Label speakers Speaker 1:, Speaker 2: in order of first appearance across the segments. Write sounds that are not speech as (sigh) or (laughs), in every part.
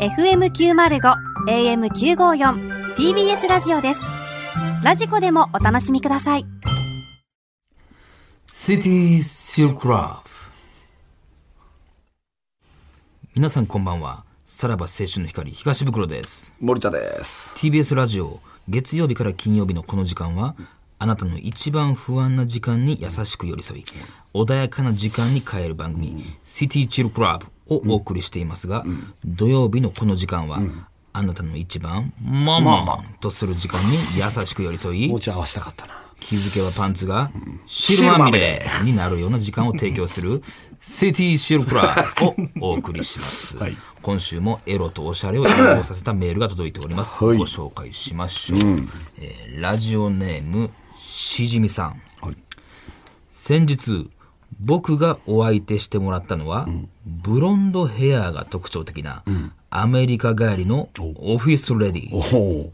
Speaker 1: FM905 AM954 TBS ラジオですラジコでもお楽しみください
Speaker 2: シティシルクラブ皆さんこんばんはさらば青春の光東袋です
Speaker 3: 森田です。
Speaker 2: TBS ラジオ月曜日から金曜日のこの時間はあなたの一番不安な時間に優しく寄り添い穏やかな時間に変える番組「シティチルクラブ」をお送りしていますが、土曜日のこの時間は、あなたの一番「ママ」とする時間に優しく寄り添い
Speaker 3: もうちょい合わせたかったな。
Speaker 2: 気づけばパンツが汁まみれになるような時間を提供する「シティシルクラブ」をお送りします、
Speaker 3: はい
Speaker 2: 今週もエロとおしゃれを融合させたメールが届いております、
Speaker 3: はい
Speaker 2: ご紹介しましょう、えーラジオネームしじみさん、
Speaker 3: はい
Speaker 2: 先日僕がお相手してもらったのは、ブロンドヘアが特徴的な、アメリカ帰りのオフィスレディー
Speaker 3: おお。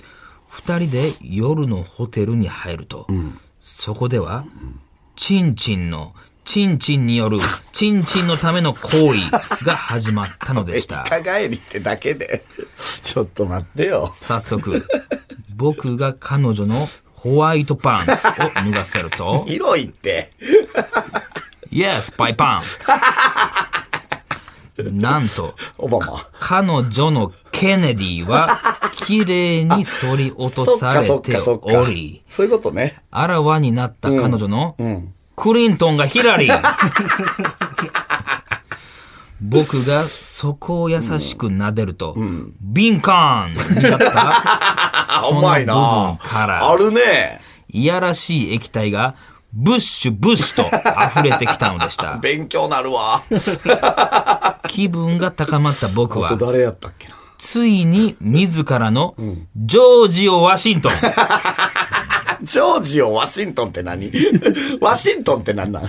Speaker 2: 2人で夜のホテルに入ると、そこでは、チンチンのチンチンによるチンチンのための行為が始まったのでした
Speaker 3: 実家帰りってだけで、 (laughs) ちょっと待ってよ。
Speaker 2: 早速僕が彼女のホワイトパンツを脱がせると
Speaker 3: 広いって。
Speaker 2: 「Yes パイパン」なんと
Speaker 3: オバマ。
Speaker 2: 彼女のケネディは綺麗に反り落
Speaker 3: そ
Speaker 2: と
Speaker 3: っ
Speaker 2: さ
Speaker 3: か
Speaker 2: れ
Speaker 3: そってかそっか。
Speaker 2: おり
Speaker 3: そういうことね。
Speaker 2: あらわになった彼女の、クリントンがヒラリー。 (laughs) 僕がそこを優しく撫でると、敏感になった、その部分から、
Speaker 3: るね。
Speaker 2: いやらしい液体が、ブッシュブッシュと溢れてきたのでし
Speaker 3: (laughs)
Speaker 2: た。
Speaker 3: 勉強なるわ。
Speaker 2: 気分が高まった僕は、
Speaker 3: 誰やったっけな。
Speaker 2: ついに自らの、ジョージオ・ワシントン。
Speaker 3: ジョージオ・ワシントンって (laughs) 何ワシントンって何なん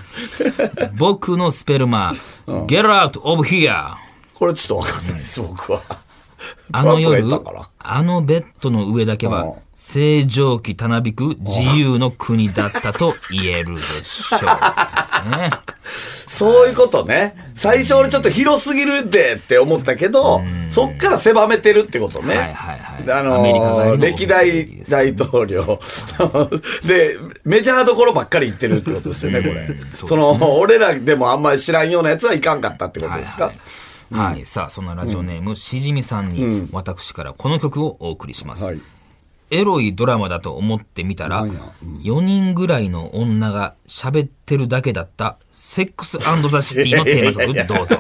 Speaker 2: 僕のスペルマ、Get out of here!
Speaker 3: これちょっとわかんないです、僕は。
Speaker 2: あの夜
Speaker 3: トランプがいたから、
Speaker 2: あのベッドの上だけ
Speaker 3: うん
Speaker 2: は、正常期たなびく自由の国だったと言えるでしょ
Speaker 3: (laughs)
Speaker 2: う。ですね。
Speaker 3: そういうことね。最初俺ちょっと広すぎるでって思ったけど、そっから狭めてるってことね。
Speaker 2: はいはいはい
Speaker 3: あ
Speaker 2: アメリカ
Speaker 3: の
Speaker 2: 帰りの
Speaker 3: ー歴代大統領。 (laughs) で、メジャーどころばっかり行ってるってことですよね、これ。
Speaker 2: そ
Speaker 3: そうの、俺らでもあんまり知らんようなやつはいかんかったってこと
Speaker 2: はい
Speaker 3: ですか、
Speaker 2: はい。はい。さあ、そんなラジオネーム、しじみさんに、私からこの曲をお送りします。
Speaker 3: はい
Speaker 2: エロいドラマだと思ってみたら、
Speaker 3: なんや
Speaker 2: 4人ぐらいの女が喋ってるだけだった、セックスザ・シティのテーマ曲、
Speaker 3: (laughs)
Speaker 2: どうぞ。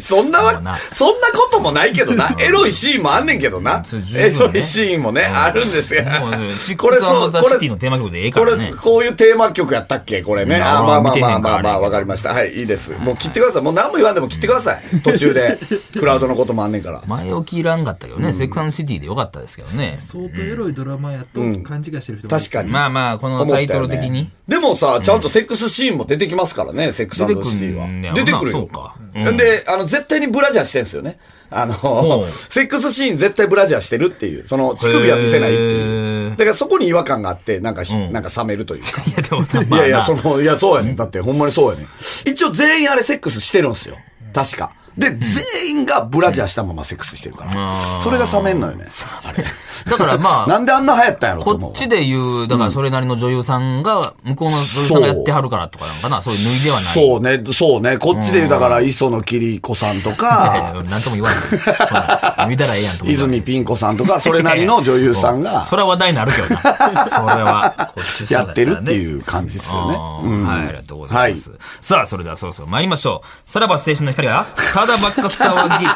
Speaker 3: そんな
Speaker 2: そうな
Speaker 3: わ、そんなこともないけど
Speaker 2: (laughs)
Speaker 3: な。エロいシーンもあんねんけどな
Speaker 2: そう。十
Speaker 3: エ
Speaker 2: 分ね
Speaker 3: ロいシーンもね、あるんですよ
Speaker 2: もうねシッ。
Speaker 3: こ
Speaker 2: ク
Speaker 3: れ
Speaker 2: スア
Speaker 3: そ
Speaker 2: ン
Speaker 3: う、
Speaker 2: ド
Speaker 3: こ
Speaker 2: ザシティ
Speaker 3: れ
Speaker 2: のテーマ曲でええか
Speaker 3: こ
Speaker 2: ら
Speaker 3: れ
Speaker 2: ね、。
Speaker 3: こういうテーマ曲やったっけこれね。
Speaker 2: な
Speaker 3: あ、まあまあ
Speaker 2: 見て
Speaker 3: ま
Speaker 2: へ
Speaker 3: あ
Speaker 2: んか
Speaker 3: まあま
Speaker 2: あれ
Speaker 3: あ、わかりました。はい、いいです。もう切ってください。もう何も言わんでも切ってくだ
Speaker 2: (laughs)
Speaker 3: さい。途中で。クラウドのこともあんねんから。
Speaker 2: 前置きいらんかったけどね、セックスシティでよかったですけどね。
Speaker 4: 相当エロいドラマやと勘違いしてる人もいる
Speaker 3: 確かに。
Speaker 2: まあまあ、この
Speaker 3: 思っ
Speaker 2: タ
Speaker 3: たよ
Speaker 2: イ
Speaker 3: ね
Speaker 2: トル的に。
Speaker 3: でもさ、ちゃんとセックスシーンも出てきますからね、セックスシ
Speaker 2: 出てく
Speaker 3: ティ
Speaker 2: るんや
Speaker 3: は。
Speaker 2: ろな
Speaker 3: 出てくる
Speaker 2: そ
Speaker 3: よ。
Speaker 2: うか
Speaker 3: ん、で、あの、絶対にブラジャーしてんすよね。あ
Speaker 2: う
Speaker 3: の、
Speaker 2: ん
Speaker 3: セックスシーン絶対ブラジャーしてるっていう、その、乳首は見せないって
Speaker 2: へ
Speaker 3: い
Speaker 2: ー
Speaker 3: う。だからそこに違和感があって、なんかひ、
Speaker 2: うん
Speaker 3: なんか冷めるというか。
Speaker 2: いや、でも、 (laughs) まあ
Speaker 3: い
Speaker 2: まあ、
Speaker 3: やいや、その、いや、そうやねん。だって、ほんまにそうやねん。一応全員あれセックスしてるんすよ。確か。で、全員がブラジャーしたままセックスしてるから。それが冷めんのよね。あれ。
Speaker 2: だから (laughs) ま
Speaker 3: (laughs) な
Speaker 2: あ、
Speaker 3: んであんな流行ったんやろと
Speaker 2: こ
Speaker 3: 思う
Speaker 2: っちで言う、だからそれなりの女優さんが、向こうの女優さんがやってはるからとかなんかな、そういう脱いではない。
Speaker 3: そうね、そうね。こっちで言う、だから、磯野桐子さん
Speaker 2: (laughs)
Speaker 3: と
Speaker 2: い
Speaker 3: か、
Speaker 2: やいや (laughs) なんとも言わない。そんな脱いだらええやんと思
Speaker 3: 泉ピン子さんとか、それなりの女優さんが
Speaker 2: それは話題になるけどな。それは、こっち
Speaker 3: やってるっ
Speaker 2: う。
Speaker 3: ていう感じですよ
Speaker 2: あ
Speaker 3: ね。
Speaker 2: ーはい、ありがとうございます。さあ、それではそろそろ参りましょう。さらば青春の光が、ただばっか
Speaker 3: (laughs)
Speaker 2: 騒ぎ。
Speaker 3: い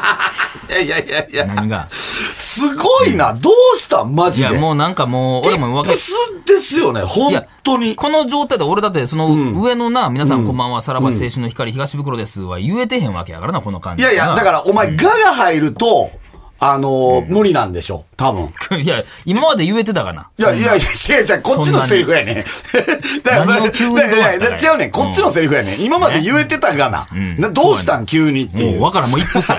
Speaker 3: やいやいやいや、
Speaker 2: 何が
Speaker 3: すごいな。どうしたマ
Speaker 2: い
Speaker 3: ジで。
Speaker 2: や、もうなんかもう、俺も分か
Speaker 3: プ
Speaker 2: る。
Speaker 3: スですよね、本当に。
Speaker 2: この状態で俺だって、その上のな、皆さんこんばんは、さらば青春の光東袋ですは言えてへんわけやからな、この感
Speaker 3: い
Speaker 2: じ。
Speaker 3: やいや、だから、お前、がが入ると、あのー無理なんでしょう。多分。
Speaker 2: いや、今まで言えてたかな。
Speaker 3: いや、いや、いや、違う違う、こっちのセリフやね。だから、
Speaker 2: 何を
Speaker 3: だ
Speaker 2: 急に
Speaker 3: から
Speaker 2: どうやったか
Speaker 3: だから違うね、こっちのセリフやね。今まで言えてたがな。
Speaker 2: ん
Speaker 3: などうしたん、急にって
Speaker 2: も
Speaker 3: いうう。
Speaker 2: わからん、もう一歩
Speaker 3: (laughs)
Speaker 2: さ。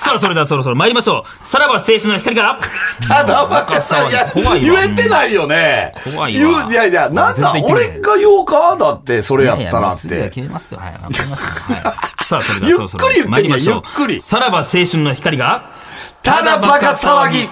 Speaker 2: さあ、それではそろそろ参りましょう。さらば青春の光から。
Speaker 3: ただ、
Speaker 2: 若さはね
Speaker 3: いや
Speaker 2: 怖いわ
Speaker 3: 言えてないよね。
Speaker 2: 怖いわ
Speaker 3: 言ういやいや、なん
Speaker 2: 全然
Speaker 3: だ、
Speaker 2: 言ってない
Speaker 3: 俺が8日だって、それやっ
Speaker 2: い
Speaker 3: た
Speaker 2: も
Speaker 3: ら
Speaker 2: う
Speaker 3: っ
Speaker 2: 次は
Speaker 3: て
Speaker 2: 決。めますよ。はい、わかりました。はい。さあ、それではそろそろ
Speaker 3: ゆっくり言って
Speaker 2: 参り
Speaker 3: みよ
Speaker 2: ま
Speaker 3: う
Speaker 2: しょう。
Speaker 3: ゆっくり
Speaker 2: さらば青春の光が、
Speaker 3: ただバカ騒ぎ。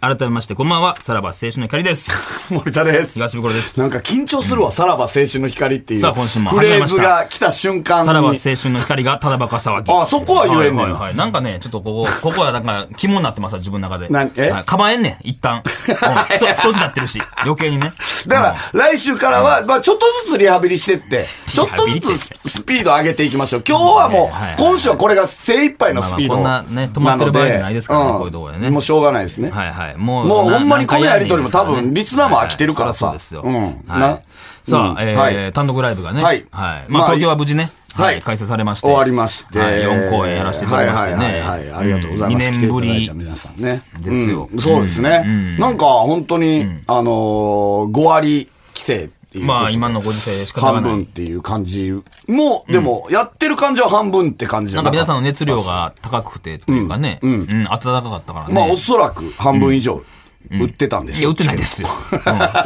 Speaker 2: 改めまして、こんばんは。さらば青春の光です。
Speaker 3: 森田です。
Speaker 2: 東袋です。
Speaker 3: なんか緊張するわ、さらば青春の光っていう
Speaker 2: さあ今週も
Speaker 3: フ
Speaker 2: 始まり
Speaker 3: レー
Speaker 2: まし
Speaker 3: ズ
Speaker 2: た
Speaker 3: が来た瞬間に。
Speaker 2: さらば青春の光がただバカ騒ぎ。
Speaker 3: あそこは言えんねんな
Speaker 2: はいはいはい。なんかね、ちょっとここ、ここはなんか肝になってますわ自分の中で。
Speaker 3: なんえ
Speaker 2: はいかばえんねん、一
Speaker 3: (laughs)
Speaker 2: 旦。うんふと太字なってるし、余計にね。
Speaker 3: だから、来週からは、まあ、ちょっとずつリハビリしてって、ちょっと
Speaker 2: リハ
Speaker 3: ず
Speaker 2: ビリっ
Speaker 3: つスピード上げていきましょう。今日はもう
Speaker 2: はいはいは、い
Speaker 3: 今週はこれが精一杯のスピード
Speaker 2: まあまあこんなね止まってる場合じゃないですからねこういうところでね
Speaker 3: もうしょうがないですね。
Speaker 2: はいはい。もう、
Speaker 3: もう
Speaker 2: な
Speaker 3: ほんまにこのやりとりも
Speaker 2: 何回やん
Speaker 3: 多
Speaker 2: ねん
Speaker 3: 分、
Speaker 2: で
Speaker 3: リ
Speaker 2: す
Speaker 3: ス
Speaker 2: か
Speaker 3: ナ
Speaker 2: らね
Speaker 3: ーも飽きてるから
Speaker 2: は
Speaker 3: さ
Speaker 2: い。そうですよ。
Speaker 3: うん。
Speaker 2: は。
Speaker 3: ない
Speaker 2: さあ、
Speaker 3: うん
Speaker 2: え
Speaker 3: は
Speaker 2: ー
Speaker 3: い
Speaker 2: 単独ライブがね。
Speaker 3: は
Speaker 2: はいい。ま
Speaker 3: まあ
Speaker 2: あ、東京は無事ね。
Speaker 3: は
Speaker 2: はいい。開催されまして。
Speaker 3: 終わりまして。
Speaker 2: はい4公演やらせていただきましてね。
Speaker 3: はいはいはいはい。ありがとうございます。
Speaker 2: 2
Speaker 3: 来て
Speaker 2: 年
Speaker 3: いた
Speaker 2: ぶ
Speaker 3: だい
Speaker 2: り
Speaker 3: た。皆さんね。
Speaker 2: ですよ
Speaker 3: うんそうですね。なんか、本当に、あのー、5割規制っていうことで。
Speaker 2: まあ、今のご時世しか
Speaker 3: 半分っていう感じも、でも、やってる感じは半分って感じじ
Speaker 2: な
Speaker 3: ゃ
Speaker 2: んか
Speaker 3: な
Speaker 2: 皆
Speaker 3: か
Speaker 2: さん
Speaker 3: っ
Speaker 2: の熱量が高くてというかね、うん、暖かかったから
Speaker 3: た。
Speaker 2: ね。
Speaker 3: まあ、おそらく半分以上売ってたんで
Speaker 2: い
Speaker 3: し
Speaker 2: や、
Speaker 3: ょ
Speaker 2: 売ってないですよ。うん売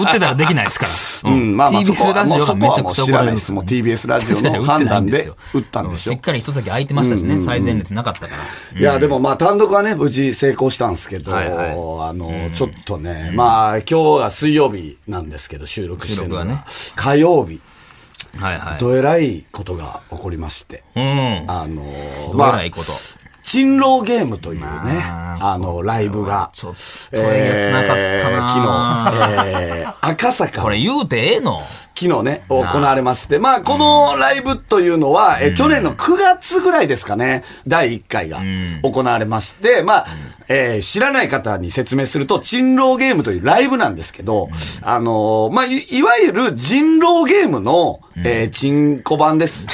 Speaker 2: ってたらできないですから。
Speaker 3: (laughs) うん、まあまあ、そこ
Speaker 2: TBS
Speaker 3: は
Speaker 2: ラ
Speaker 3: も
Speaker 2: ジ
Speaker 3: う
Speaker 2: オが
Speaker 3: そこ
Speaker 2: め
Speaker 3: は
Speaker 2: ちゃ
Speaker 3: もう
Speaker 2: くちゃ
Speaker 3: 知
Speaker 2: 怒
Speaker 3: ら
Speaker 2: ら
Speaker 3: な
Speaker 2: れ
Speaker 3: い
Speaker 2: る
Speaker 3: です。もう TBS
Speaker 2: (laughs)
Speaker 3: ラジオの判断で売ったんでし
Speaker 2: う
Speaker 3: ょ
Speaker 2: しっ。かり一席空いてましたしね、最前列なかったから。
Speaker 3: いや、でもまあ単独はね、無事成功したんですけど、
Speaker 2: はいはい
Speaker 3: あの、ちょっとね、まあ今日が水曜日なんですけど、収録してるのが、
Speaker 2: 収録はね
Speaker 3: 火曜日、
Speaker 2: はいはい。
Speaker 3: どえらいことが起こりまして、
Speaker 2: うん。
Speaker 3: あの、
Speaker 2: どう
Speaker 3: ま
Speaker 2: な
Speaker 3: あ
Speaker 2: い、こと。
Speaker 3: 珍老ゲームというね、
Speaker 2: ま
Speaker 3: あの、ライブが、
Speaker 2: ちょっとえげつなかったな
Speaker 3: えー昨日、えー赤坂
Speaker 2: こ
Speaker 3: の
Speaker 2: れ言うてええの (laughs)
Speaker 3: 昨日ね、行われまして、まあ、このライブというのは、え去年の9月ぐらいですかね、第1回が行われまして、まあ、えー知らない方に説明すると、人狼ゲームというライブなんですけど、あのーまあい、いわゆる人狼ゲームの、えー、チンコ版 (laughs) です。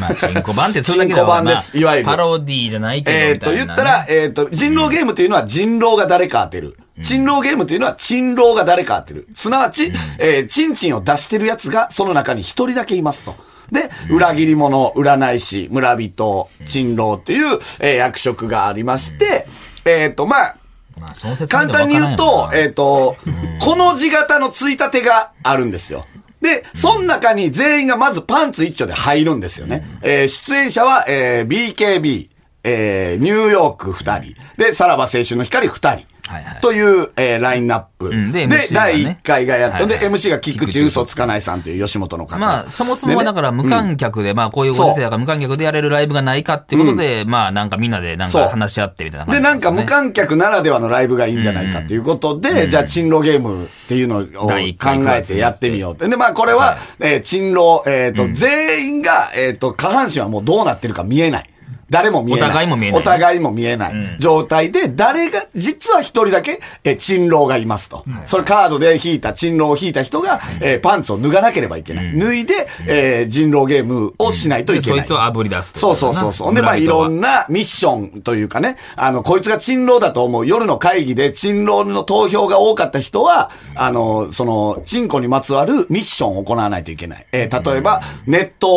Speaker 2: まあ、チンコ版ってそれだけだわな
Speaker 3: チンコ版ですいわゆる
Speaker 2: パロディーじゃないけど。
Speaker 3: えっ
Speaker 2: みた
Speaker 3: と、
Speaker 2: い
Speaker 3: 言
Speaker 2: な
Speaker 3: ったら、えっと、人狼ゲームというのは人狼が誰か当てる。人狼ゲームというのは人狼が誰か当てる。すなわち、えー、チンチンを出してる奴がその中に一人だけいますと。で、裏切り者、占い師、村人、人狼という、えー役職がありまして、えっと、まあ、
Speaker 2: まあ、その説明
Speaker 3: 簡
Speaker 2: でわから
Speaker 3: 単
Speaker 2: ん
Speaker 3: に
Speaker 2: よな
Speaker 3: 言うと、えっ、と、この字型のついたてがあるんですよ。で、その中に全員がまずパンツ一丁で入るんですよね。えー出演者は、えー BKB、えーニューヨーク二人、で、さらば青春の光二人
Speaker 2: はいはい。
Speaker 3: という、えーラインナップ。
Speaker 2: んで MC がね
Speaker 3: 第1回がやっ
Speaker 2: はいは
Speaker 3: た。
Speaker 2: い
Speaker 3: で、MC が菊池嘘つかないさんという吉本の方。
Speaker 2: まあ、そもそも
Speaker 3: で
Speaker 2: は
Speaker 3: ね
Speaker 2: だから無観客で、まあ、こういうご時世だから無観客でやれるライブがないかっていうことで、まあ、なんかみんなでなん
Speaker 3: そう
Speaker 2: か話し合ってみたいな感
Speaker 3: で、
Speaker 2: じ
Speaker 3: なんか無
Speaker 2: ね
Speaker 3: 観客ならではのライブがいいんじゃないかということで、じゃあ、珍老ゲームっていうのを考
Speaker 2: 第一回
Speaker 3: えてやってみようって。で、まあ、これは、えー、珍老、えっ、と、全員が、えっ、と、下半身はもうどうなってるか見えない。誰も見えない。
Speaker 2: お互いも見えない
Speaker 3: お互いも見えない状態で、誰が、実は一人だけ、えー、珍老がいますと。それカードで引いた、珍老を引いた人が、えーパンツを脱がなければいけない。脱いで、えー、人狼ゲームをしないとい
Speaker 2: で
Speaker 3: けな
Speaker 2: そ
Speaker 3: い。
Speaker 2: いつを炙り出すと
Speaker 3: そうそうそうそう。ほんで、まあ、いろんなミッションというかね、あの、こいつが珍労だと思う夜の会議で珍労の投票が多かった人は、あの、その、チンコにまつわるミッションを行わないといけない。えー例えば、熱湯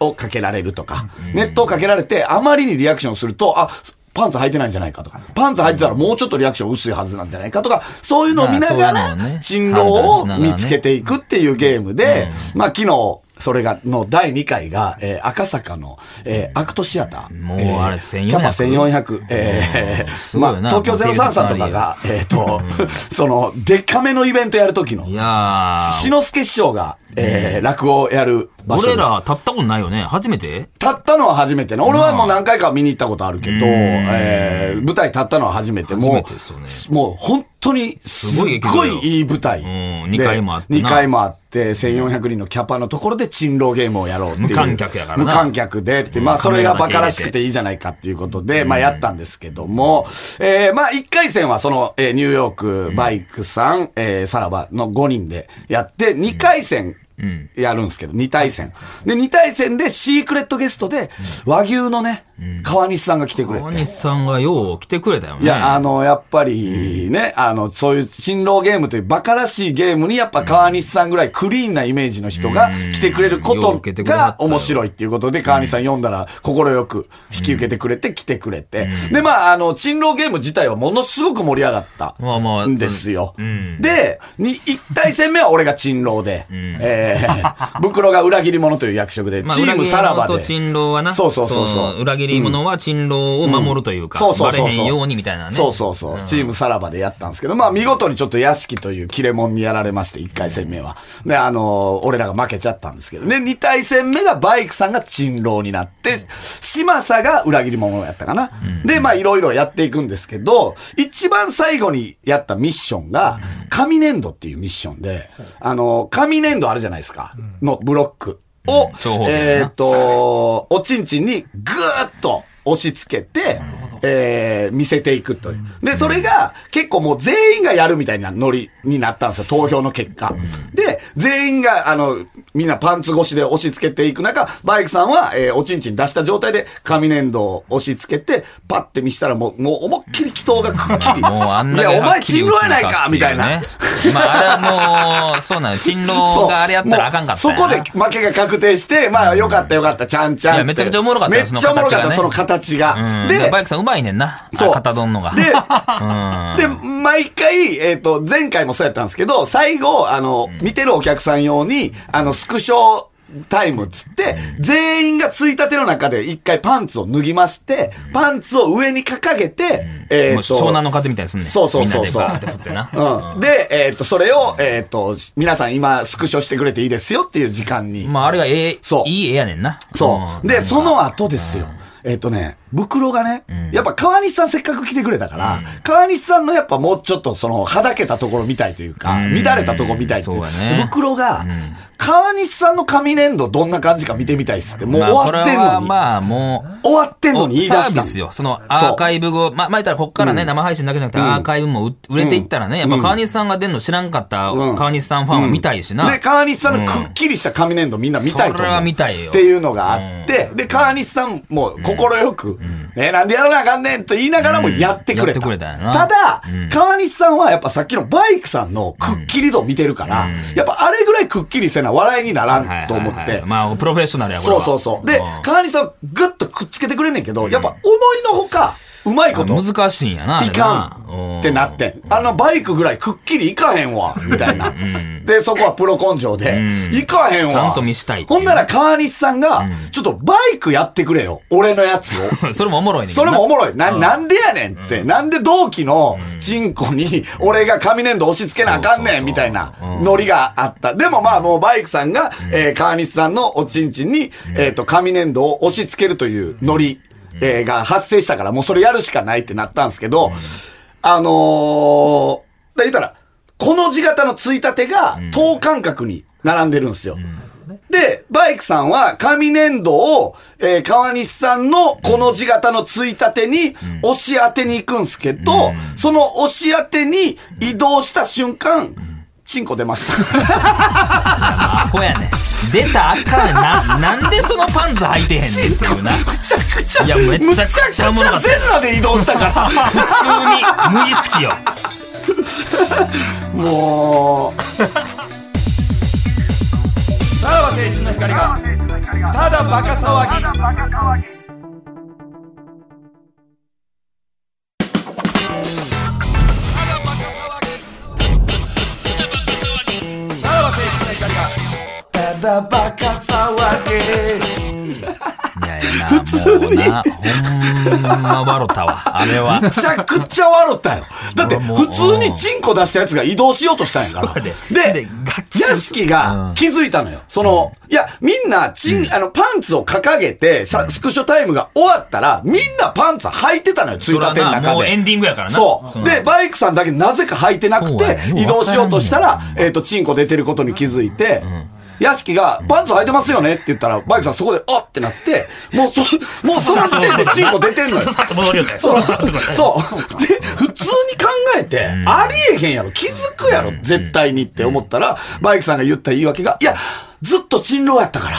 Speaker 3: をかけられるとか、熱湯をかけられて、あまりにリアクションすると、あ、パンツ履いてないんじゃないかとか、パンツ履いてたらもうちょっとリアクション薄いはずなんじゃないかとか、そういうのを見なが
Speaker 2: まあそういうのを
Speaker 3: ら、
Speaker 2: ね
Speaker 3: 珍労を
Speaker 2: 判断しながらね
Speaker 3: 見つけていくっていうゲームで、まあ昨日、それが、の第2回が、えー赤坂の、えーアクトシアター。
Speaker 2: もう
Speaker 3: えー
Speaker 2: あれ1400
Speaker 3: キャパ1400。えー
Speaker 2: すご
Speaker 3: まあ
Speaker 2: いな
Speaker 3: 東京03さんとかが、えっ、と、その、デカめのイベントやる時の
Speaker 2: い、や
Speaker 3: 志
Speaker 2: ー、
Speaker 3: の輔師匠が、えー落語をやる場所です。
Speaker 2: 俺ら立ったことないよね。初めて
Speaker 3: 立ったのは初めてね。俺はもう何回か見に行ったことあるけど、えー舞台立ったのは初めて。
Speaker 2: 初
Speaker 3: も
Speaker 2: めてですよね
Speaker 3: う、もう本当にす
Speaker 2: すごい
Speaker 3: っ
Speaker 2: 劇
Speaker 3: ご
Speaker 2: 場よ
Speaker 3: いいい舞台。
Speaker 2: うん二回もあってな
Speaker 3: 2回もあって、1400人のキャパのところで珍老ゲームをやろうっていう。
Speaker 2: 無観客やからな
Speaker 3: 無観客でって、まあそれが馬鹿らしくていいじゃないかっていうことで、まあやったんですけども、えーまあ1回戦はその、えーニューヨーク、バイクさん、えーさらばの5人でやって、2回戦、やるんですけど、2対戦。で、2対戦でシークレットゲストで、和牛のね、川西さんが来てくれて。
Speaker 2: 川西さんがよう来てくれたよね。
Speaker 3: いや、あの、やっぱりね、あの、そういう新郎ゲームという馬鹿らしいゲームに、やっぱ川西さんぐらいクリーンなイメージの人が来てくれるこ
Speaker 2: よう受けて
Speaker 3: と
Speaker 2: くれは
Speaker 3: が
Speaker 2: ったよ
Speaker 3: 面白いっていうことで、川西さん読んだら心よく引き受けてくれて来てくれて。で、まあ、あの、新郎ゲーム自体はものすごく盛り上がった。
Speaker 2: まあまあ
Speaker 3: んですよ。
Speaker 2: うん
Speaker 3: で、に、一対戦目は俺が新郎で、えー、 (laughs) 袋が裏切り者という役職で、
Speaker 2: まあ
Speaker 3: チームさらば
Speaker 2: 裏切り者
Speaker 3: で
Speaker 2: と。珍労はな。
Speaker 3: そうそうそうそう
Speaker 2: の裏切り者は珍労を守るというか、
Speaker 3: そうそうそう
Speaker 2: バレへ
Speaker 3: そ
Speaker 2: ん
Speaker 3: う。
Speaker 2: ようにみたいなね。
Speaker 3: そうそうそう。チームさらばでやったんですけど、まあ見事にちょっと屋敷という切れ者にやられまして、1回戦目は。で、あのー俺らが負けちゃったんですけど。で、2回戦目がバイクさんが珍郎になって、嶋佐が裏切り者やったかな。で、まあいろいろやっていくんですけど、一番最後にやったミッションが、紙粘土っていうミッションで、あのー紙粘土あるじゃないですか。のブロックを、
Speaker 2: 長方形のな
Speaker 3: えーっと、おちんちんにぐーっと押し付けて、えー、見せていくという。で、それが結構もう全員がやるみたいなノリになったんですよ、投票の結果。で、全員が、あの、みんなパンツ越しで押し付けていく中、バイクさんは、えー、おちんちん出した状態で紙粘土を押し付けて、パッて見したらもう、もう思いっきり祈祷がくっきり。
Speaker 2: もうあん
Speaker 3: い
Speaker 2: な
Speaker 3: や、お前、
Speaker 2: チ
Speaker 3: 人
Speaker 2: ンロ
Speaker 3: 狼やないかみたいな。。
Speaker 2: まあ、あれはもう、そうなん人
Speaker 3: そ
Speaker 2: 狼
Speaker 3: う
Speaker 2: があれやったらあかんかった
Speaker 3: そ
Speaker 2: んや
Speaker 3: こ
Speaker 2: な
Speaker 3: で負けが確定して、まあよかったよかった、ちゃんちゃんっ
Speaker 2: い
Speaker 3: て。
Speaker 2: やめちゃくちゃおもろかった
Speaker 3: めっ
Speaker 2: よ
Speaker 3: ちゃおもろかった、そ
Speaker 2: そ
Speaker 3: の
Speaker 2: の
Speaker 3: 形
Speaker 2: う
Speaker 3: が。
Speaker 2: ん、
Speaker 3: で、
Speaker 2: バイクさんうまいねんな。
Speaker 3: そう
Speaker 2: 片どんのが。
Speaker 3: で、
Speaker 2: (laughs) うん。
Speaker 3: で、毎回、えっ、と、前回もそうやったんですけど、最後、あの、見てるお客さん用に、あの、スクショタイムっつって、全員がついたての中で一回パンツを脱ぎまして、パンツを上に掲げて、えっ、
Speaker 2: もう
Speaker 3: と、
Speaker 2: 湘南の風みたいにすんねん。
Speaker 3: そうそうそう
Speaker 2: みん
Speaker 3: そう
Speaker 2: なでバーって振ってな。
Speaker 3: うん。で、えっ、と、それを、えっ、と、皆さん今、スクショしてくれていいですよっていう時間に。
Speaker 2: まあ、あれがええ、
Speaker 3: そう
Speaker 2: いい絵やねんな。
Speaker 3: そう。
Speaker 2: で、
Speaker 3: で、その後ですよ。えっとね、袋がね、やっぱ川西さんせっかく来てくれたから、川西さんのやっぱもうちょっとその、はだけたところ見たいというか、
Speaker 2: うん
Speaker 3: 乱れたところ見たいっていう。
Speaker 2: そうやね
Speaker 3: 袋が、川西さんの紙粘土どんな感じか見てみたいっすって、もう
Speaker 2: まあ
Speaker 3: 終わってん
Speaker 2: これは
Speaker 3: のに、
Speaker 2: まあ、もう。
Speaker 3: 終わってんのに言い
Speaker 2: サ
Speaker 3: 出
Speaker 2: ービ
Speaker 3: し
Speaker 2: ス
Speaker 3: たの。
Speaker 2: よ。そのアーカイブ後、ま、まあ、言ったらこっからね、生配信だけじゃなくてアーカイブもう売れていったらね、やっぱ川西さんが出るの知らんかった
Speaker 3: うん
Speaker 2: 川西さんファンは見たいしな。
Speaker 3: で、川西さんのくっきりした紙粘土みんな見たいと思う。
Speaker 2: それは見たいよ
Speaker 3: っていうのがあって、で、川西さんも心よく、え、なんでやらなあかんねんと言いながらもやって
Speaker 2: うん
Speaker 3: くれた。
Speaker 2: やってくれたよな
Speaker 3: ただ、川西さんはやっぱさっきのバイクさんのくっきり度見てるから、やっぱあれぐらいくっきりせな笑いに
Speaker 2: は
Speaker 3: な
Speaker 2: い
Speaker 3: ら
Speaker 2: はいはい
Speaker 3: んと思って。
Speaker 2: まあ、プロフェッショナルやこれ
Speaker 3: そ
Speaker 2: は
Speaker 3: うそうそう。で
Speaker 2: ん、
Speaker 3: 川西さんグッとくっつけてくれんねんけど、やっぱ思いのほか、うまいこと。
Speaker 2: 難しいんやな。あれ
Speaker 3: い
Speaker 2: な
Speaker 3: かんってなっ。て、あのバイクぐらいくっきりいかへんわ、みたいな。で、そこはプロ根性で、いかへんわ。
Speaker 2: ちゃんと見したいっていう
Speaker 3: ほんなら川西さんが、ちょっとバイクやってくれよ、俺のやつを。
Speaker 2: うんそれもおもろいねんけ
Speaker 3: そ
Speaker 2: ど
Speaker 3: れ
Speaker 2: な
Speaker 3: もおもろい。な、なんでやねんって。なんで同期のチンコに、俺が紙粘土押し付けなあ
Speaker 2: そう
Speaker 3: かん
Speaker 2: そう
Speaker 3: ね
Speaker 2: そ
Speaker 3: ん、
Speaker 2: う
Speaker 3: みたいな
Speaker 2: うん
Speaker 3: ノリがあった。でもまあもうバイクさんが、えー川西さんのおちんちんに、えっと、紙粘土を押し付けるというノリ、えーが発生したから、もうそれやるしかないってなったんですけど、あのー、だ言ったら、この字型のついたてが、等間隔に並んでるんですよ。で、バイクさんは紙粘土を、えー川西さんのこの字型のついたてに押し当てに行くんすけど、その押し当てに移動した瞬間、チンコ出ました。
Speaker 2: アホやねん。出たらあかんねんな。なんでそのパンツ履いてへんねん
Speaker 3: (laughs) チン
Speaker 2: って
Speaker 3: コ、
Speaker 2: いう
Speaker 3: む (laughs)
Speaker 2: な。普
Speaker 3: ちゃくちゃ、
Speaker 2: いやめ
Speaker 3: む
Speaker 2: ち
Speaker 3: ち
Speaker 2: ゃ
Speaker 3: ゃ
Speaker 2: く
Speaker 3: く
Speaker 2: ち
Speaker 3: ち
Speaker 2: ゃ
Speaker 3: ゃ
Speaker 2: お
Speaker 3: 全
Speaker 2: もろかった
Speaker 3: 裸で移動したから。
Speaker 2: 通に無意識よ。
Speaker 3: (laughs) もう。さらば青春の光が、ただバカ騒ぎ。
Speaker 2: いやいやな、もうな、ほんま笑ったわ。あれは。
Speaker 3: め
Speaker 2: (laughs)
Speaker 3: ちゃくちゃ笑ったよ。だって、
Speaker 2: 俺もう
Speaker 3: 普通にチンコ出したやつが移動しようとしたんやから。
Speaker 2: そうや
Speaker 3: で、
Speaker 2: で
Speaker 3: で屋敷が気づいたのよ。その、いや、みんな、チン、あの、パンツを掲げて、シャスクショタイムが終わったら、みんなパンツ履いてたのよ、ついたて
Speaker 2: それ
Speaker 3: の
Speaker 2: はな
Speaker 3: 中
Speaker 2: もうエン
Speaker 3: で。
Speaker 2: ディングやからな。
Speaker 3: そう。で、バイクさんだけなぜか履いてなく
Speaker 2: そうや
Speaker 3: て
Speaker 2: ね、
Speaker 3: 移動しようとした
Speaker 2: わ
Speaker 3: ら
Speaker 2: かん、
Speaker 3: えっと、チンコ出てることに気づいて、屋敷が、パンツ履いてますよねって言ったら、バイクさんそこで、あっってなって、もうそ、もうその時点でチンコ出て
Speaker 2: (laughs)
Speaker 3: んのよ
Speaker 2: さ。さっと戻るよね。
Speaker 3: そう。
Speaker 2: さっと戻る
Speaker 3: そう。で、普通に考えて、ありえへんやろ。気づくやろ。絶対にって思ったら、バイクさんが言った言い訳が、いや、ずっと珍老やったから。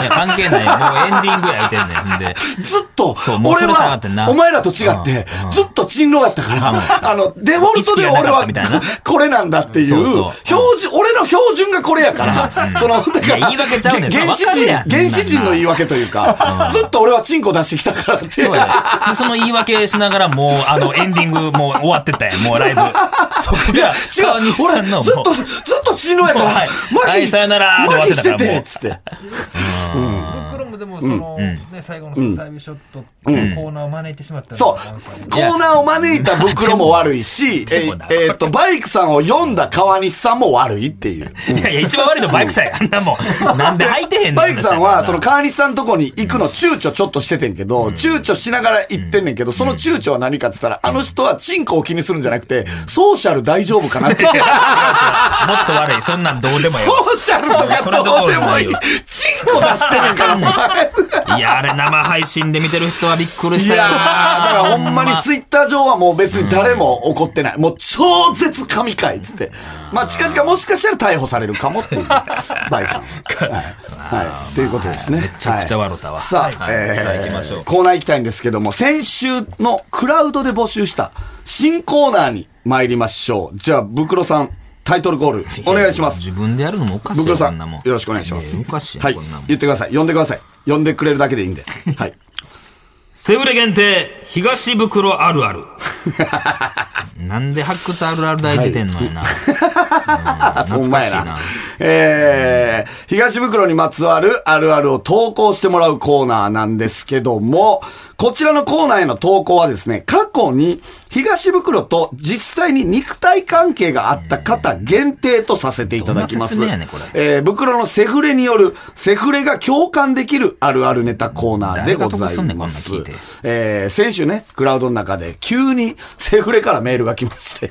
Speaker 2: いや、関係ないよ。もうエンディングやいてんねん。ほんで。
Speaker 3: ずっと
Speaker 2: そう、もうそ
Speaker 3: 俺
Speaker 2: れしかなかったな
Speaker 3: は、お前らと違って
Speaker 2: うんうん、
Speaker 3: ずっと珍老やったから、あの、デフォルトで俺は
Speaker 2: 意識がなかったみたいな、
Speaker 3: これなんだっていう、
Speaker 2: そうそう
Speaker 3: 標準、俺の標準がこれやから、その、だか
Speaker 2: いや
Speaker 3: ら、
Speaker 2: 言い訳ちゃうねん
Speaker 3: げ原始
Speaker 2: それ分かる
Speaker 3: 人、
Speaker 2: やん
Speaker 3: 原始人の言い訳というか、ずっと俺はチンコ出してきたからって、
Speaker 2: そうや。でその言い訳しながら、もう、あの、エンディング、もう終わってったやん。もうライブ。そこが、
Speaker 3: 違
Speaker 2: 川西
Speaker 3: う、
Speaker 2: さ
Speaker 3: 俺、
Speaker 2: んの、
Speaker 3: ずっ
Speaker 2: も
Speaker 3: と、
Speaker 2: う
Speaker 3: ずっと珍老やから、
Speaker 2: もうはいはいさよならで終
Speaker 3: マ
Speaker 2: わっ
Speaker 3: ジ
Speaker 2: て
Speaker 3: した
Speaker 2: か
Speaker 3: て
Speaker 2: らもう
Speaker 3: て、つって。
Speaker 4: 僕らもでもその、ね、最後のサービスショットっていうコーナーを招いてしまったの
Speaker 3: そう
Speaker 4: がなんか。
Speaker 3: コーナーを招いた袋も悪いし、え
Speaker 2: でも
Speaker 3: ー
Speaker 2: な
Speaker 3: えーっと、バイクさんを読んだ川西さんも悪いっていう。
Speaker 2: いやいや、一番悪いのバイクさんや。あんなもん。なんで履いてへんねん。
Speaker 3: バイクさんは、その川西さんとこに行くの躊躇ちょっとしててんけど、躊躇しながら行ってんねんけど、その躊躇は何かって言ったら、あの人はチンコを気にするんじゃなくて、ソーシャル大丈夫かなって。
Speaker 2: もっと悪い。そんなんどうでも
Speaker 3: (laughs)
Speaker 2: よ。
Speaker 3: ソーシャルとかどう
Speaker 2: それどころ
Speaker 3: でもいい
Speaker 2: じゃないよ。
Speaker 3: チンコ出してねんから、お前。
Speaker 2: いや、あれ生配信で見てる人はびっくりし
Speaker 3: い
Speaker 2: た
Speaker 3: や
Speaker 2: よな。
Speaker 3: ー、だからほんまにツイッター上はもう別に誰も怒ってない。もう超絶神回っつって。まあ近々もしかしたら逮捕されるかもっていう。
Speaker 2: (laughs)
Speaker 3: バイクさん。はい。はい。ということですね。め
Speaker 2: ちゃくちゃ笑うたわ
Speaker 3: さあ、
Speaker 2: はい
Speaker 3: えー
Speaker 2: さあ行きましょう
Speaker 3: コーナー行きたいんですけども、先週のクラウドで募集した新コーナーに参りましょう。じゃあ、ブクロさん、タイトルコール、お願いします。
Speaker 2: 自分でやるのもおかし
Speaker 3: ブ
Speaker 2: いよ、
Speaker 3: クロさ
Speaker 2: こ
Speaker 3: ん、
Speaker 2: んなもん。
Speaker 3: よろしくお願いします。
Speaker 2: やおかしいよ、
Speaker 3: はい
Speaker 2: こんなもん。。
Speaker 3: 言ってください。呼んでください。呼んでくれるだけでいいんで。はい。
Speaker 2: セウレ限定、東袋ある
Speaker 3: (laughs)
Speaker 2: ある。なんで発掘あるある抱いててんのやな。うん
Speaker 3: ほん
Speaker 2: 懐
Speaker 3: ま
Speaker 2: かし
Speaker 3: や
Speaker 2: いな。
Speaker 3: な。えー、東袋にまつわるあるあるを投稿してもらうコーナーなんですけども、こちらのコーナーへの投稿はですね、過去に東袋と実際に肉体関係があった方限定とさせていただきます。
Speaker 2: どんな説明やねんこ
Speaker 3: えー、袋のセフレによる、セフレが共感できるあるあるネタコーナーでござ
Speaker 2: 誰が得すんね
Speaker 3: い
Speaker 2: んこん
Speaker 3: ま
Speaker 2: なん
Speaker 3: す
Speaker 2: 聞いて。
Speaker 3: えー、先週ね、クラウドの中で急にセフレからメールが来まして、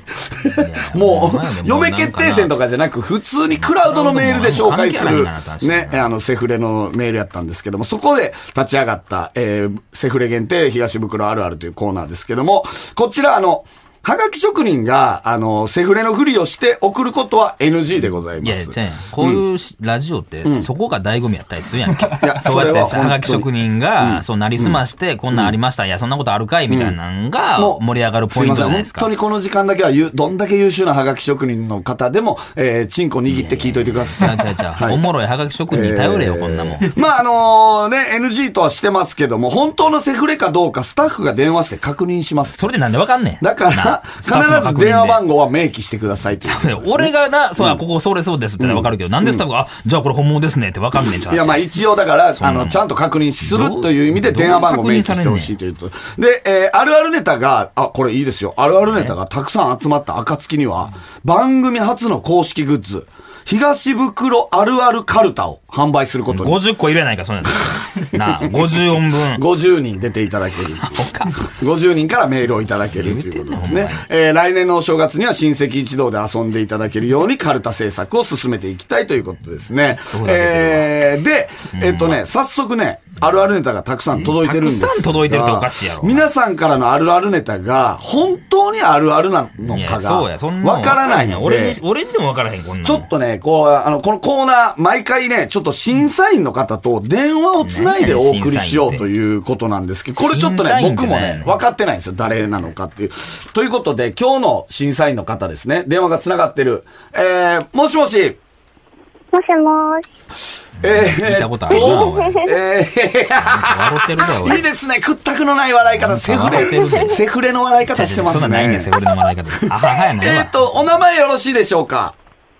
Speaker 2: や
Speaker 3: も
Speaker 2: お前らも
Speaker 3: う、嫁決定戦とかじゃなく、普通にクラウドのメールで紹介する、ね、あの、セフレのメールやったんですけども、そこで立ち上がった、えー、セフレ限定東袋あるあるというコーナーですけども、こちらあの、はがき職人が、あの、セフレのふりをして送ることは NG でござい
Speaker 2: い
Speaker 3: ま
Speaker 2: やいや、
Speaker 3: す
Speaker 2: ち。ゃうやんこういうしラジオって、そこが醍醐味やったりするやんけ。(laughs)
Speaker 3: や
Speaker 2: そうやって
Speaker 3: そ
Speaker 2: さ、
Speaker 3: れは本当に
Speaker 2: はがき職人が、そう、なりすまして、こんなんありました、いや、そんなことあるかいみたいなのが、
Speaker 3: もう
Speaker 2: 盛り上がるポイントじゃないです
Speaker 3: すいません、本当
Speaker 2: か。
Speaker 3: にこの時間だけはゆ、どんだけ優秀なハガキ職人の方でも、えー、チンコ握って聞いといてくだ
Speaker 2: ち
Speaker 3: さ
Speaker 2: ゃ
Speaker 3: い。
Speaker 2: うちゃうちゃう
Speaker 3: はい
Speaker 2: おもろいはがき職人に頼れよ、こんなもん。
Speaker 3: まああのね、NG とはしてますけども、本当のセフレかどうかスタッフが電話して確認します。
Speaker 2: それでなんでわかんねん。
Speaker 3: だか
Speaker 2: (laughs)
Speaker 3: ら
Speaker 2: な、
Speaker 3: 必ず電話番号は明記してくださいっていう
Speaker 2: いや (laughs) 俺がな、そうや、ここそれそうですってのはわかるけど、なんでスタッフが、あ、じゃあこれ本物ですねってわかんねえんちゃう
Speaker 3: いや、まあ一応だから、あの、ちゃんと確認するという意味で電話番号明記してほしいというと。で、えーあるあるネタが、あ、これいいですよ。あるあるネタがたくさん集まった暁には、番組初の公式グッズ、東袋あるあるカルタを販売することに。
Speaker 2: 50個入れないか、そんなん
Speaker 3: (laughs)
Speaker 2: なあ、50音分。
Speaker 3: 50人出ていただ
Speaker 2: (laughs)
Speaker 3: ける。50人からメールをいただけるということですね。えー来年のお正月には親戚一同で遊んでいただけるようにカルタ制作を進めていきたいということですね。えーで、えっとね、早速ね、あるあるネタがたくさん届いてるんですが。
Speaker 2: たくさん届いてるっておかしいやろ
Speaker 3: 皆さんからのあるあるネタが、本当にあるあるなの
Speaker 2: いや、
Speaker 3: か
Speaker 2: そうや、そん
Speaker 3: が、
Speaker 2: な
Speaker 3: わからない
Speaker 2: ん
Speaker 3: の
Speaker 2: 俺
Speaker 3: で
Speaker 2: に、。俺にでもわからへん、こんなん。
Speaker 3: ちょっとね、こう、あの、このコーナー、毎回ね、ちょっと審査員の方と電話をつないでお送りしようということなんですけど、これちょっと
Speaker 2: 審査
Speaker 3: ね、
Speaker 2: 員って
Speaker 3: 僕も
Speaker 2: なんやね
Speaker 3: ね
Speaker 2: ん、
Speaker 3: 分かってないんですよ。誰なのかっていう。ということで、今日の審査員の方ですね、電話がつながってる。えー、もしもし、
Speaker 5: もしもーし。
Speaker 3: え
Speaker 2: 聞い
Speaker 3: ー、
Speaker 2: たことあるな、おい。
Speaker 3: えー、
Speaker 2: 笑ってるだ、おい。
Speaker 3: いいですね、屈託のない笑い方、セフ
Speaker 2: 笑ってる
Speaker 3: レ、
Speaker 2: ね
Speaker 3: セフレの笑い
Speaker 2: ち
Speaker 3: 方
Speaker 2: ゃ
Speaker 3: し
Speaker 2: ち
Speaker 3: て
Speaker 2: ゃ
Speaker 3: ま
Speaker 2: そん
Speaker 3: す
Speaker 2: なんないねん、
Speaker 3: ね
Speaker 2: セ。オリの笑い方。あははやな、
Speaker 3: え
Speaker 2: や
Speaker 3: っと、お名前よろしいでしょうか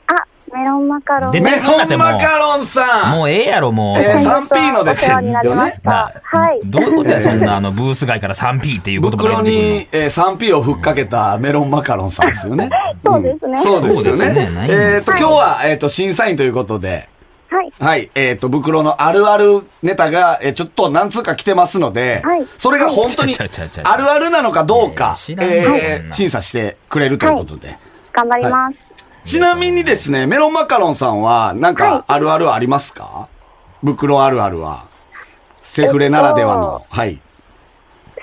Speaker 5: あ、メロンマカロン。
Speaker 2: で
Speaker 3: メロンマカロン
Speaker 2: ば
Speaker 3: さん
Speaker 2: もうええやろ、もう。
Speaker 3: えー
Speaker 5: 本日は
Speaker 3: 3P のです
Speaker 5: お世話になりまし
Speaker 2: な
Speaker 5: た。はい。
Speaker 2: どういうことや、そんな、あの、ブース外から 3P っていう言葉
Speaker 3: 袋
Speaker 2: が出て
Speaker 3: に、えー、3P をふっかけたメロンマカロンさんですよね。
Speaker 5: (laughs) そうですね。
Speaker 3: そうですよ
Speaker 2: そうで
Speaker 3: ね
Speaker 2: すね。
Speaker 3: えっと、今日は、えっと、審査員ということで、
Speaker 5: はい。
Speaker 3: はい、えっと、袋のあるあるネタが、えーちょっと何通か来てますので
Speaker 5: はい、
Speaker 3: それが本当に
Speaker 2: ちゃうちゃうちゃうちゃう
Speaker 3: あるあるなのかどうか
Speaker 2: い、や知らんわそ
Speaker 3: え
Speaker 2: ん
Speaker 3: ー
Speaker 2: な
Speaker 3: 審査してくれるということで。
Speaker 5: 頑張ります。
Speaker 3: ちなみにですね、メロンマカロンさんは、なん
Speaker 5: はい
Speaker 3: かあるあるはありますか袋あるあるは。セフレならではの。はい。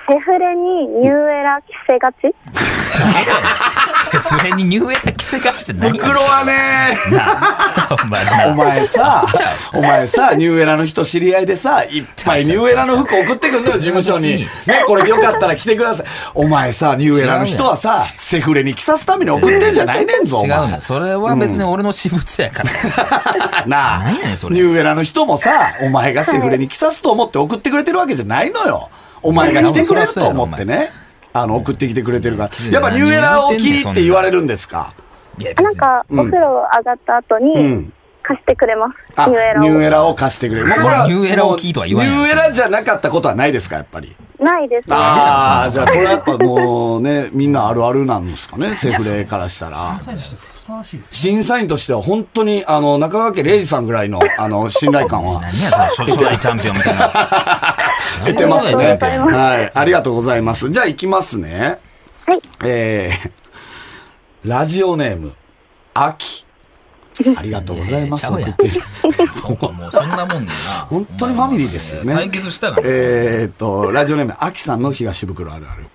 Speaker 5: セフレにニューエラ着せがち
Speaker 2: くるの。それにニューエラ着せがちって何
Speaker 3: (laughs) 袋はね、
Speaker 2: お前
Speaker 3: お
Speaker 2: な。(laughs)
Speaker 3: 前さ、お前さ、ニューエラの人知り合いでさ、いっぱいニューエラの服送ってくんのよ、事務所に。ね、これよかったら来てください。お前さ、ニューエラの人はさ、セフレに着さすために送ってんじゃないねんぞ、
Speaker 2: 違
Speaker 3: お
Speaker 2: う
Speaker 3: 前。
Speaker 2: の。それは別に俺の私物やから。
Speaker 3: なあ、
Speaker 2: 何
Speaker 3: ニ
Speaker 2: やねんそれ
Speaker 3: ューエラの人もさ、お前がセフレに着さすと思って送ってくれてるわけじゃないのよ。お前が来てくれると思ってね。あの、送ってきてくれてるから。やっぱニューエラを着いって言われるんですか
Speaker 2: いや、別
Speaker 5: あ
Speaker 2: に
Speaker 5: なんか、お風呂上がった後
Speaker 3: うん
Speaker 5: に、貸してくれます。
Speaker 3: あ、
Speaker 5: ニューエラを。
Speaker 3: ニューエラを貸してくれる。もうこれは、
Speaker 2: ニューエラを聞いとは言わない
Speaker 3: ニューエラじゃなかったことはないですか、やっぱり。
Speaker 5: ないですね。
Speaker 3: ああ、じゃあこれはやっぱもうね、みんなあるあるなんですかね、セフレからしたら。
Speaker 4: サインしてふさわしいです。
Speaker 3: 審査員としては本当に、あの、中川家礼二さんぐらいの、あの、信頼感は。
Speaker 2: 何やその初初代チャンピオンみたいな。
Speaker 3: 得てます
Speaker 5: ありがとう
Speaker 3: ね。
Speaker 5: ございます
Speaker 3: はい。ありがとうございます。じゃあ行きますね。
Speaker 5: はい。
Speaker 3: えー、ラジオネーム、秋。ありがとうございます。
Speaker 2: いやいやちゃうやんなんかもうそんなもんねな。
Speaker 3: (laughs) 本当にファミリーですよね。
Speaker 2: 対決したがね。
Speaker 3: えー、っと、ラジオネーム、秋さんの東袋あるある。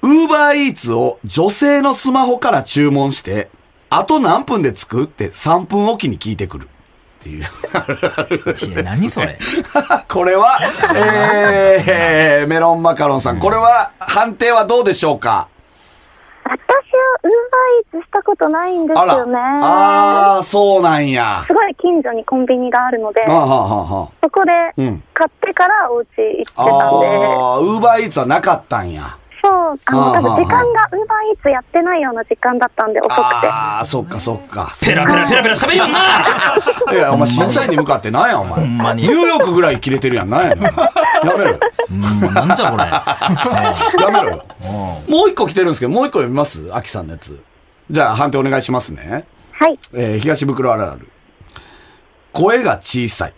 Speaker 3: ウーバーイーツを女性のスマホから注文して、あと何分で着くって3分おきに聞いてくる。っていう。 (laughs)
Speaker 2: いや何それ。
Speaker 3: これは、えー、メロンマカロンさん、これは判定はどうでしょうか
Speaker 5: 私はウーバーイーツしたことないんです
Speaker 3: あら。
Speaker 5: よね。
Speaker 3: あー、そうなんや。
Speaker 5: すごい近所にコンビニがあるので、
Speaker 3: あははは
Speaker 5: そこで
Speaker 3: うん
Speaker 5: 買ってからお家行ってたんで、
Speaker 3: あー、ウーバーイーツはなかったんや。
Speaker 5: そう、あの、
Speaker 3: あー
Speaker 5: 多分時間がウーバーイーツやってないような時間だったんで、遅くて。
Speaker 3: あー、そっかそっか。
Speaker 2: ペラペラペラペラ喋るよんな。
Speaker 3: いや、お前審査員に向かってなんや、お前。
Speaker 2: んまに
Speaker 3: ニューヨークぐらい切れてるやん、なんやね (laughs) ん。やめろよ。
Speaker 2: うんなんじゃこれ。
Speaker 3: やめろよ。もう一個来てるんですけど、もう一個読みます秋さんのやつ。じゃあ判定お願いしますね。
Speaker 5: はい。
Speaker 3: えー、東袋あるある。声が小さい。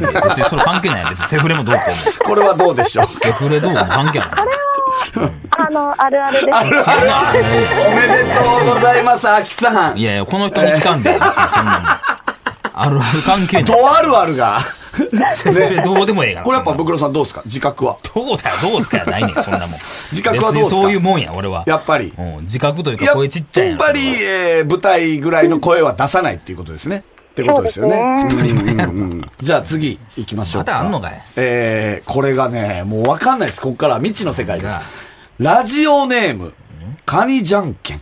Speaker 2: い (laughs) や別にそれ関係ないやん別にセフレもどうこうも。セ
Speaker 3: これはどうでしょう
Speaker 2: フレどうこうも関係ない。
Speaker 5: あの、あるあるで
Speaker 3: (laughs)
Speaker 5: す。
Speaker 3: おめでとうございます、秋さん
Speaker 2: い。やいや、この人に聞かんで、別にそんなの。あるある関係ない。
Speaker 3: どあるあるが。
Speaker 2: セフレどうでもええから。
Speaker 3: これやっぱ
Speaker 2: そんなの
Speaker 3: 袋さんどうですか自覚は。
Speaker 2: どうだよ、どうすかやないねん、そんなもん。
Speaker 3: 自覚はどうすか
Speaker 2: 別にそういうもんや、俺は。
Speaker 3: やっぱり。
Speaker 2: うん自覚という
Speaker 3: や
Speaker 2: か、声ちっちゃいや
Speaker 3: っ
Speaker 2: ん。
Speaker 3: ぱり、えー舞台ぐらいの声は出さないっていうことですね。ってことですよね。
Speaker 5: そう
Speaker 2: (laughs)
Speaker 3: うんうんうんじゃあ次行きましょう
Speaker 2: ま
Speaker 3: か。
Speaker 2: だあんのかい。
Speaker 3: えー、これがね、もうわかんないです。ここからは未知の世界です
Speaker 2: が。
Speaker 3: ラジオネーム、カニじゃんけん。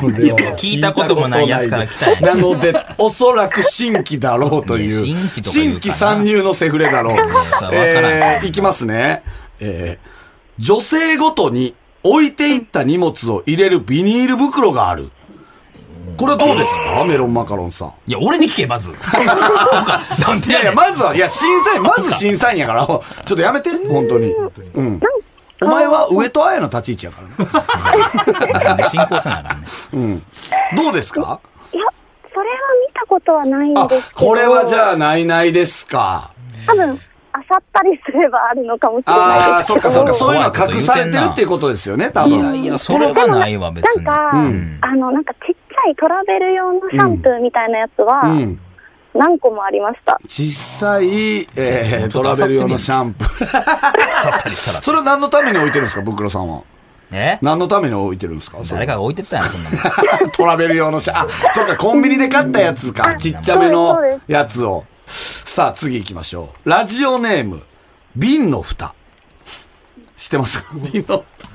Speaker 3: これはい
Speaker 2: や聞いたこともないやつから来たんや
Speaker 3: なので、おそらく新規だろうという。
Speaker 2: いや新規とか言
Speaker 3: 新
Speaker 2: うか
Speaker 3: 規
Speaker 2: な
Speaker 3: 参入のセフレだろう。
Speaker 2: さわからん
Speaker 3: えー、いきますね。えー、女性ごとに置いていった荷物を入れるビニール袋がある。これはどうですかメロンマカロンさん。
Speaker 2: いや、俺に聞け、ま
Speaker 3: (laughs)
Speaker 2: ず。なんでやね
Speaker 3: いやいや、
Speaker 2: ん。
Speaker 3: まずは、いや、審査員、まず審査員やから、ちょっとやめて、本当に。うん。お前は上戸彩の立ち位置やからね。
Speaker 2: なんで進行せなあかんねん。
Speaker 3: どうですか
Speaker 5: いや、それは見たことはないん
Speaker 3: あ
Speaker 5: です、けど。
Speaker 3: これはじゃ
Speaker 5: あ。
Speaker 3: あ、ないないですか。
Speaker 5: 多分、あさったりすればあるのかもしれな
Speaker 3: あ
Speaker 5: い
Speaker 3: あ、
Speaker 5: です
Speaker 3: そ
Speaker 5: け
Speaker 3: っ
Speaker 5: ど。
Speaker 3: かそっか、そういうのは隠されてるっていうことですよね、多分。
Speaker 2: いやいや、それはないわ、別
Speaker 5: なん
Speaker 2: に。
Speaker 5: か、
Speaker 2: ん
Speaker 5: あの、なんかちっちゃいトラベル用のシャンプーみたいなやつは
Speaker 3: う、ん。
Speaker 5: 何個もありました。
Speaker 3: 実際、えー、
Speaker 2: ちょ
Speaker 3: ト
Speaker 2: っと
Speaker 3: ラ
Speaker 2: あさ
Speaker 3: ベ
Speaker 2: って
Speaker 3: ル
Speaker 2: み
Speaker 3: 用のシャンプー。
Speaker 2: さったりしたら。
Speaker 3: それは何のために置いてるんですか、ブクロさんは。
Speaker 2: え
Speaker 3: 何のために置いてるんですかそ
Speaker 2: 誰
Speaker 3: れ
Speaker 2: かが置いてったやん、そんなもん。
Speaker 3: (laughs) トラベル用のシャあ、そっか、コンビニで買ったやつか。ちっちゃめの
Speaker 5: そうですそう
Speaker 3: やつを。さあ、次行きましょう。ラジオネーム、瓶の蓋。知っ
Speaker 2: (laughs)
Speaker 3: てますか瓶の蓋。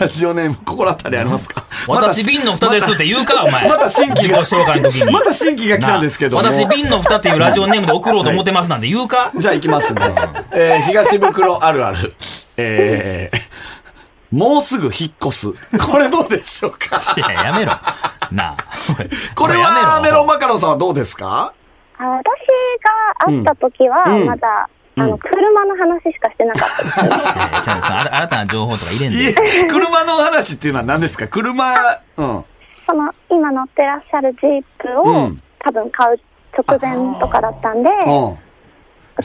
Speaker 3: ラジオネーム、心当たりありますか
Speaker 2: 私、瓶の蓋ですって言うか、お前。
Speaker 3: また新
Speaker 2: 自
Speaker 3: 規
Speaker 2: 己
Speaker 3: が
Speaker 2: 紹介の時に。
Speaker 3: また新規が来たんですけども。
Speaker 2: な私、瓶の蓋っていうラジオネームで送ろうと思ってますなんて言うか
Speaker 3: じゃあ行
Speaker 2: (laughs)
Speaker 3: きますね。えー、東袋あるある。えー、もうすぐ引っ越す。これどうでしょう
Speaker 2: (laughs)
Speaker 3: か
Speaker 2: いや、やめろ。なあ。
Speaker 3: これは、メロン
Speaker 2: マ
Speaker 3: マカロンさんはどうですか
Speaker 5: あ私が会った時は、まだ、あの、車の話しかしてなかっ
Speaker 3: (laughs)
Speaker 5: たです。
Speaker 2: ちゃんとさ、あら新たな情報とか入れん
Speaker 3: い
Speaker 2: で。
Speaker 3: え、 (laughs) 車の話っていうのは何ですか車、うん。
Speaker 5: その、今乗ってらっしゃるジープ
Speaker 3: う
Speaker 5: を
Speaker 3: ん、
Speaker 5: 多分買う直前とかだったんで、
Speaker 3: うん。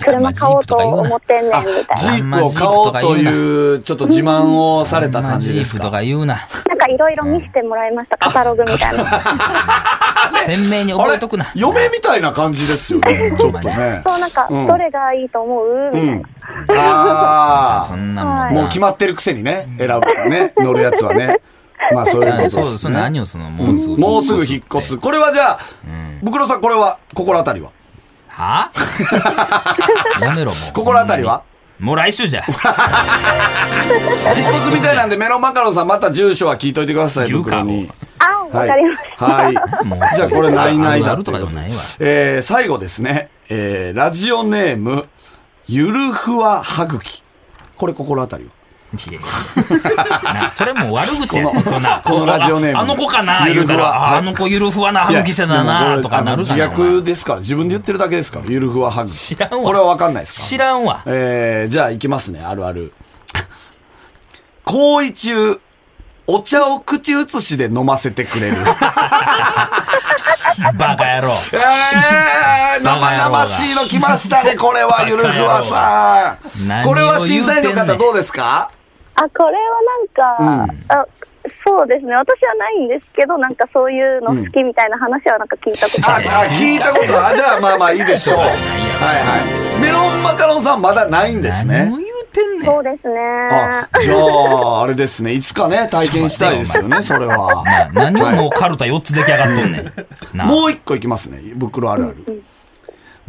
Speaker 5: 車買おうと思ってんねんみたい
Speaker 3: ジ
Speaker 5: な。
Speaker 3: ープを買おうという、ちょっと自慢をされた感じ
Speaker 2: ジ
Speaker 3: で
Speaker 2: ー
Speaker 3: す
Speaker 2: プと
Speaker 3: か。
Speaker 2: か言うな。
Speaker 5: なんかいろいろ見せてもらいました、カタログみたいな。
Speaker 2: 鮮明に
Speaker 3: あ
Speaker 2: 覚
Speaker 3: れ
Speaker 2: えとくな。
Speaker 3: 嫁みたいな感じですよね。ちょっとね。
Speaker 5: そう、なんか、
Speaker 3: うん
Speaker 5: どれがいいと思う
Speaker 3: う
Speaker 5: みたい
Speaker 3: ん
Speaker 5: な。。
Speaker 2: じゃあ
Speaker 3: あ
Speaker 2: そんなもんな。
Speaker 3: あ。もう決まってるくせにね、選ぶね、乗るやつはね。まあそういうことですね。
Speaker 2: そう、そう何をその、もうすぐ。
Speaker 3: もうすぐ引っ越す。。これはじゃあ、ブクロさん、これは、心当たりは
Speaker 2: はやめろ、もう。
Speaker 3: 心当たりは
Speaker 2: もう来週じ
Speaker 3: (laughs)
Speaker 2: ゃ。
Speaker 3: 引っ越すみたいなんで、メロンマカロンさん、また住所は聞いといてください、
Speaker 2: 言う
Speaker 3: ブク
Speaker 2: か
Speaker 3: ロに。
Speaker 5: あ、わかりました。
Speaker 3: はい。じゃあ、これ、ないない
Speaker 2: あ
Speaker 3: だ
Speaker 2: る
Speaker 3: と
Speaker 2: と
Speaker 3: い
Speaker 2: か
Speaker 3: う
Speaker 2: で
Speaker 3: こ
Speaker 2: も
Speaker 3: と
Speaker 2: ないわ。
Speaker 3: えー、最後ですね。えー、ラジオネーム、ゆるふわはぐき。これ、心当たりは。
Speaker 2: いやいや (laughs) なそれも悪口やね
Speaker 3: この
Speaker 2: そんな
Speaker 3: このラジオネーム
Speaker 2: ああの子かな言
Speaker 3: ゆる
Speaker 2: う
Speaker 3: ふわ
Speaker 2: たら
Speaker 3: はい
Speaker 2: ああの子ゆるふわな歯
Speaker 3: いや
Speaker 2: 抜きしてた
Speaker 3: で
Speaker 2: な
Speaker 3: も
Speaker 2: とかなるじゃ
Speaker 3: あ
Speaker 2: ない
Speaker 3: の自虐ですから、自分で言ってるだけですから、ゆるふわはぐき。
Speaker 2: 知らんわ
Speaker 3: これはわかんないですか
Speaker 2: 知らんわ
Speaker 3: えー、じゃあ行きますね、あるある。行為中、お茶を口移しで飲ませてくれる。
Speaker 2: バカ野郎
Speaker 3: えー、生々しいの来ましたね、こ
Speaker 2: (laughs)
Speaker 3: れは、ゆるふわさん。
Speaker 2: 何
Speaker 3: これ
Speaker 2: を
Speaker 3: は審
Speaker 2: 言う
Speaker 3: 査
Speaker 2: てんね
Speaker 3: 員の
Speaker 2: ん
Speaker 3: 方どうですか
Speaker 5: あ、これはなんか、あそうですね。私はないんですけど、なんかそういうの好きみたいな話はなんか聞いたこと
Speaker 3: あ、
Speaker 5: あ
Speaker 3: あ
Speaker 5: る。
Speaker 3: 聞いたことは、あじゃあまあまあいいでしょう。はいはい。メロンマカロンさんまだないんです
Speaker 2: 何を
Speaker 3: ね。
Speaker 2: 言うてんねん
Speaker 5: そうですね。
Speaker 3: あ、じゃあ、あれですね。いつかね、体験したいですよね、それは。
Speaker 2: な何を
Speaker 3: はい
Speaker 2: もうカルタ4つ出来上がっとんねんな
Speaker 3: もう一個いきますね。袋あるある。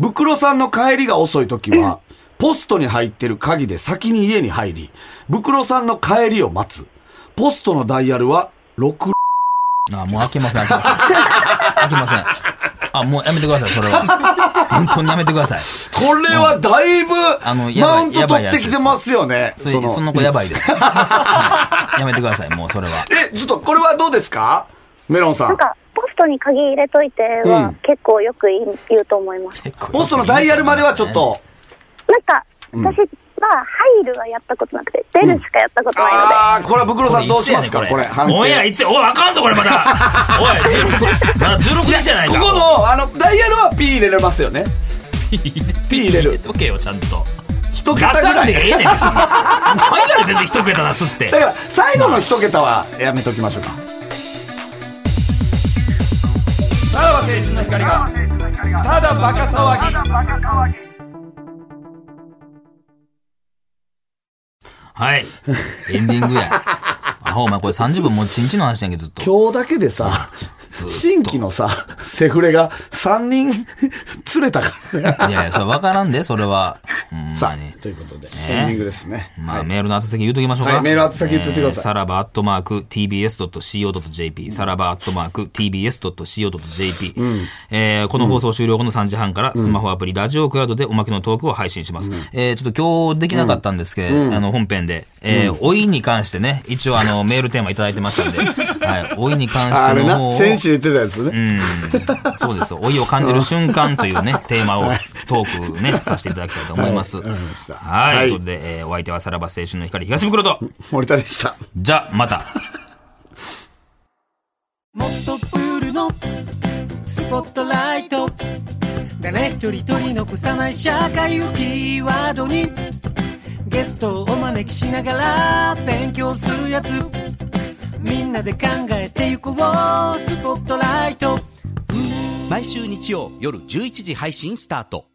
Speaker 3: 袋さんの帰りが遅い時は、ポストに入ってる鍵で先に家に入り、袋さんの帰りを待つ。ポストのダイヤルは6、
Speaker 2: あもう開けません開けません開けませんあもうやめてくださいそれは本当にやめてくださいそ
Speaker 3: これはだいぶ
Speaker 2: あの、やばい
Speaker 3: マウント取ってきてますよ
Speaker 2: れ
Speaker 3: ね。その
Speaker 2: その子やばいですはいやめてくださいもうそれは
Speaker 3: え、ちょっとこれはどうですかメロンさ
Speaker 5: なん
Speaker 3: ん。
Speaker 5: か、ポストに鍵入れといて
Speaker 3: うん
Speaker 5: は結構よく言い言うと思います。
Speaker 3: ポストのダイヤルまではちょっと。
Speaker 5: なんか、私は入るはやったことなくて、出るしかやったことないので。
Speaker 3: ああ、これは袋さんどうしますかこれ、判
Speaker 2: オンエア
Speaker 3: 定。
Speaker 2: いつやおい、あかんぞ、これま
Speaker 3: (laughs)
Speaker 2: だ。おい、16、まだ16日じゃない
Speaker 3: こ
Speaker 2: か。
Speaker 3: この、あの、ダイヤルは P 入れれます
Speaker 2: (laughs)
Speaker 3: よね。
Speaker 2: ピ
Speaker 3: P 入れる
Speaker 2: とけよ、ちゃんと。
Speaker 3: 一
Speaker 2: 出
Speaker 3: 桁ぐ
Speaker 2: さ
Speaker 3: ら
Speaker 2: ん
Speaker 3: い
Speaker 2: で。ええねん、別に。何やねん、別に一桁出すって
Speaker 3: (laughs) だ。から最後の一桁はやめときましょうか。さらば青春の光がただバカ騒ぎ。
Speaker 2: はい。エンディングや。あほ、お前これ30分もうちんちんの話やんけ、ずっと。
Speaker 3: 今日だけでさ、新規のさ、セフレが3人釣れたからね。
Speaker 2: いやいや、それ分からんで、それは。ほんま
Speaker 3: さ
Speaker 2: に
Speaker 3: あ、。ということで、エンディングですね。
Speaker 2: まあ、メールの宛先言うときましょうか。
Speaker 3: はいメール宛先言っといてくださ
Speaker 2: え
Speaker 3: い
Speaker 2: ーさらばアットマーク tbs.co.jp、さらばアットマーク tbs.co.jp、えーこの放送終了後の3時半から、スマホアプリ、ラジオクラウドでおまけのトークを配信します。えーちょっと今日できなかったんですけど、あの、本編で、えー老いに関してね、一応あ
Speaker 3: (laughs)
Speaker 2: の、メールテーマいただいてましたんで、はい、老いに関
Speaker 3: あ
Speaker 2: し
Speaker 3: あ
Speaker 2: て
Speaker 3: れ
Speaker 2: の方
Speaker 3: な、
Speaker 2: を
Speaker 3: 先週言ってたやつね。
Speaker 2: うんそうですよ。老いを感じる瞬間と
Speaker 3: (laughs)
Speaker 2: いうね、テーマをトークね、させていただきたいと思います。
Speaker 3: はいわかりました
Speaker 2: はい。
Speaker 3: はい
Speaker 2: ということで、えーお相手はさらば青春の光東袋と、
Speaker 3: 森田でした。
Speaker 2: じゃ、また。
Speaker 6: もっとプールのスポットライト誰一人取り残さない社会をキーワードにゲストをお招きしながら勉強するやつみんなで考えてゆこうスポットライト
Speaker 7: 毎週日曜夜11時配信スタート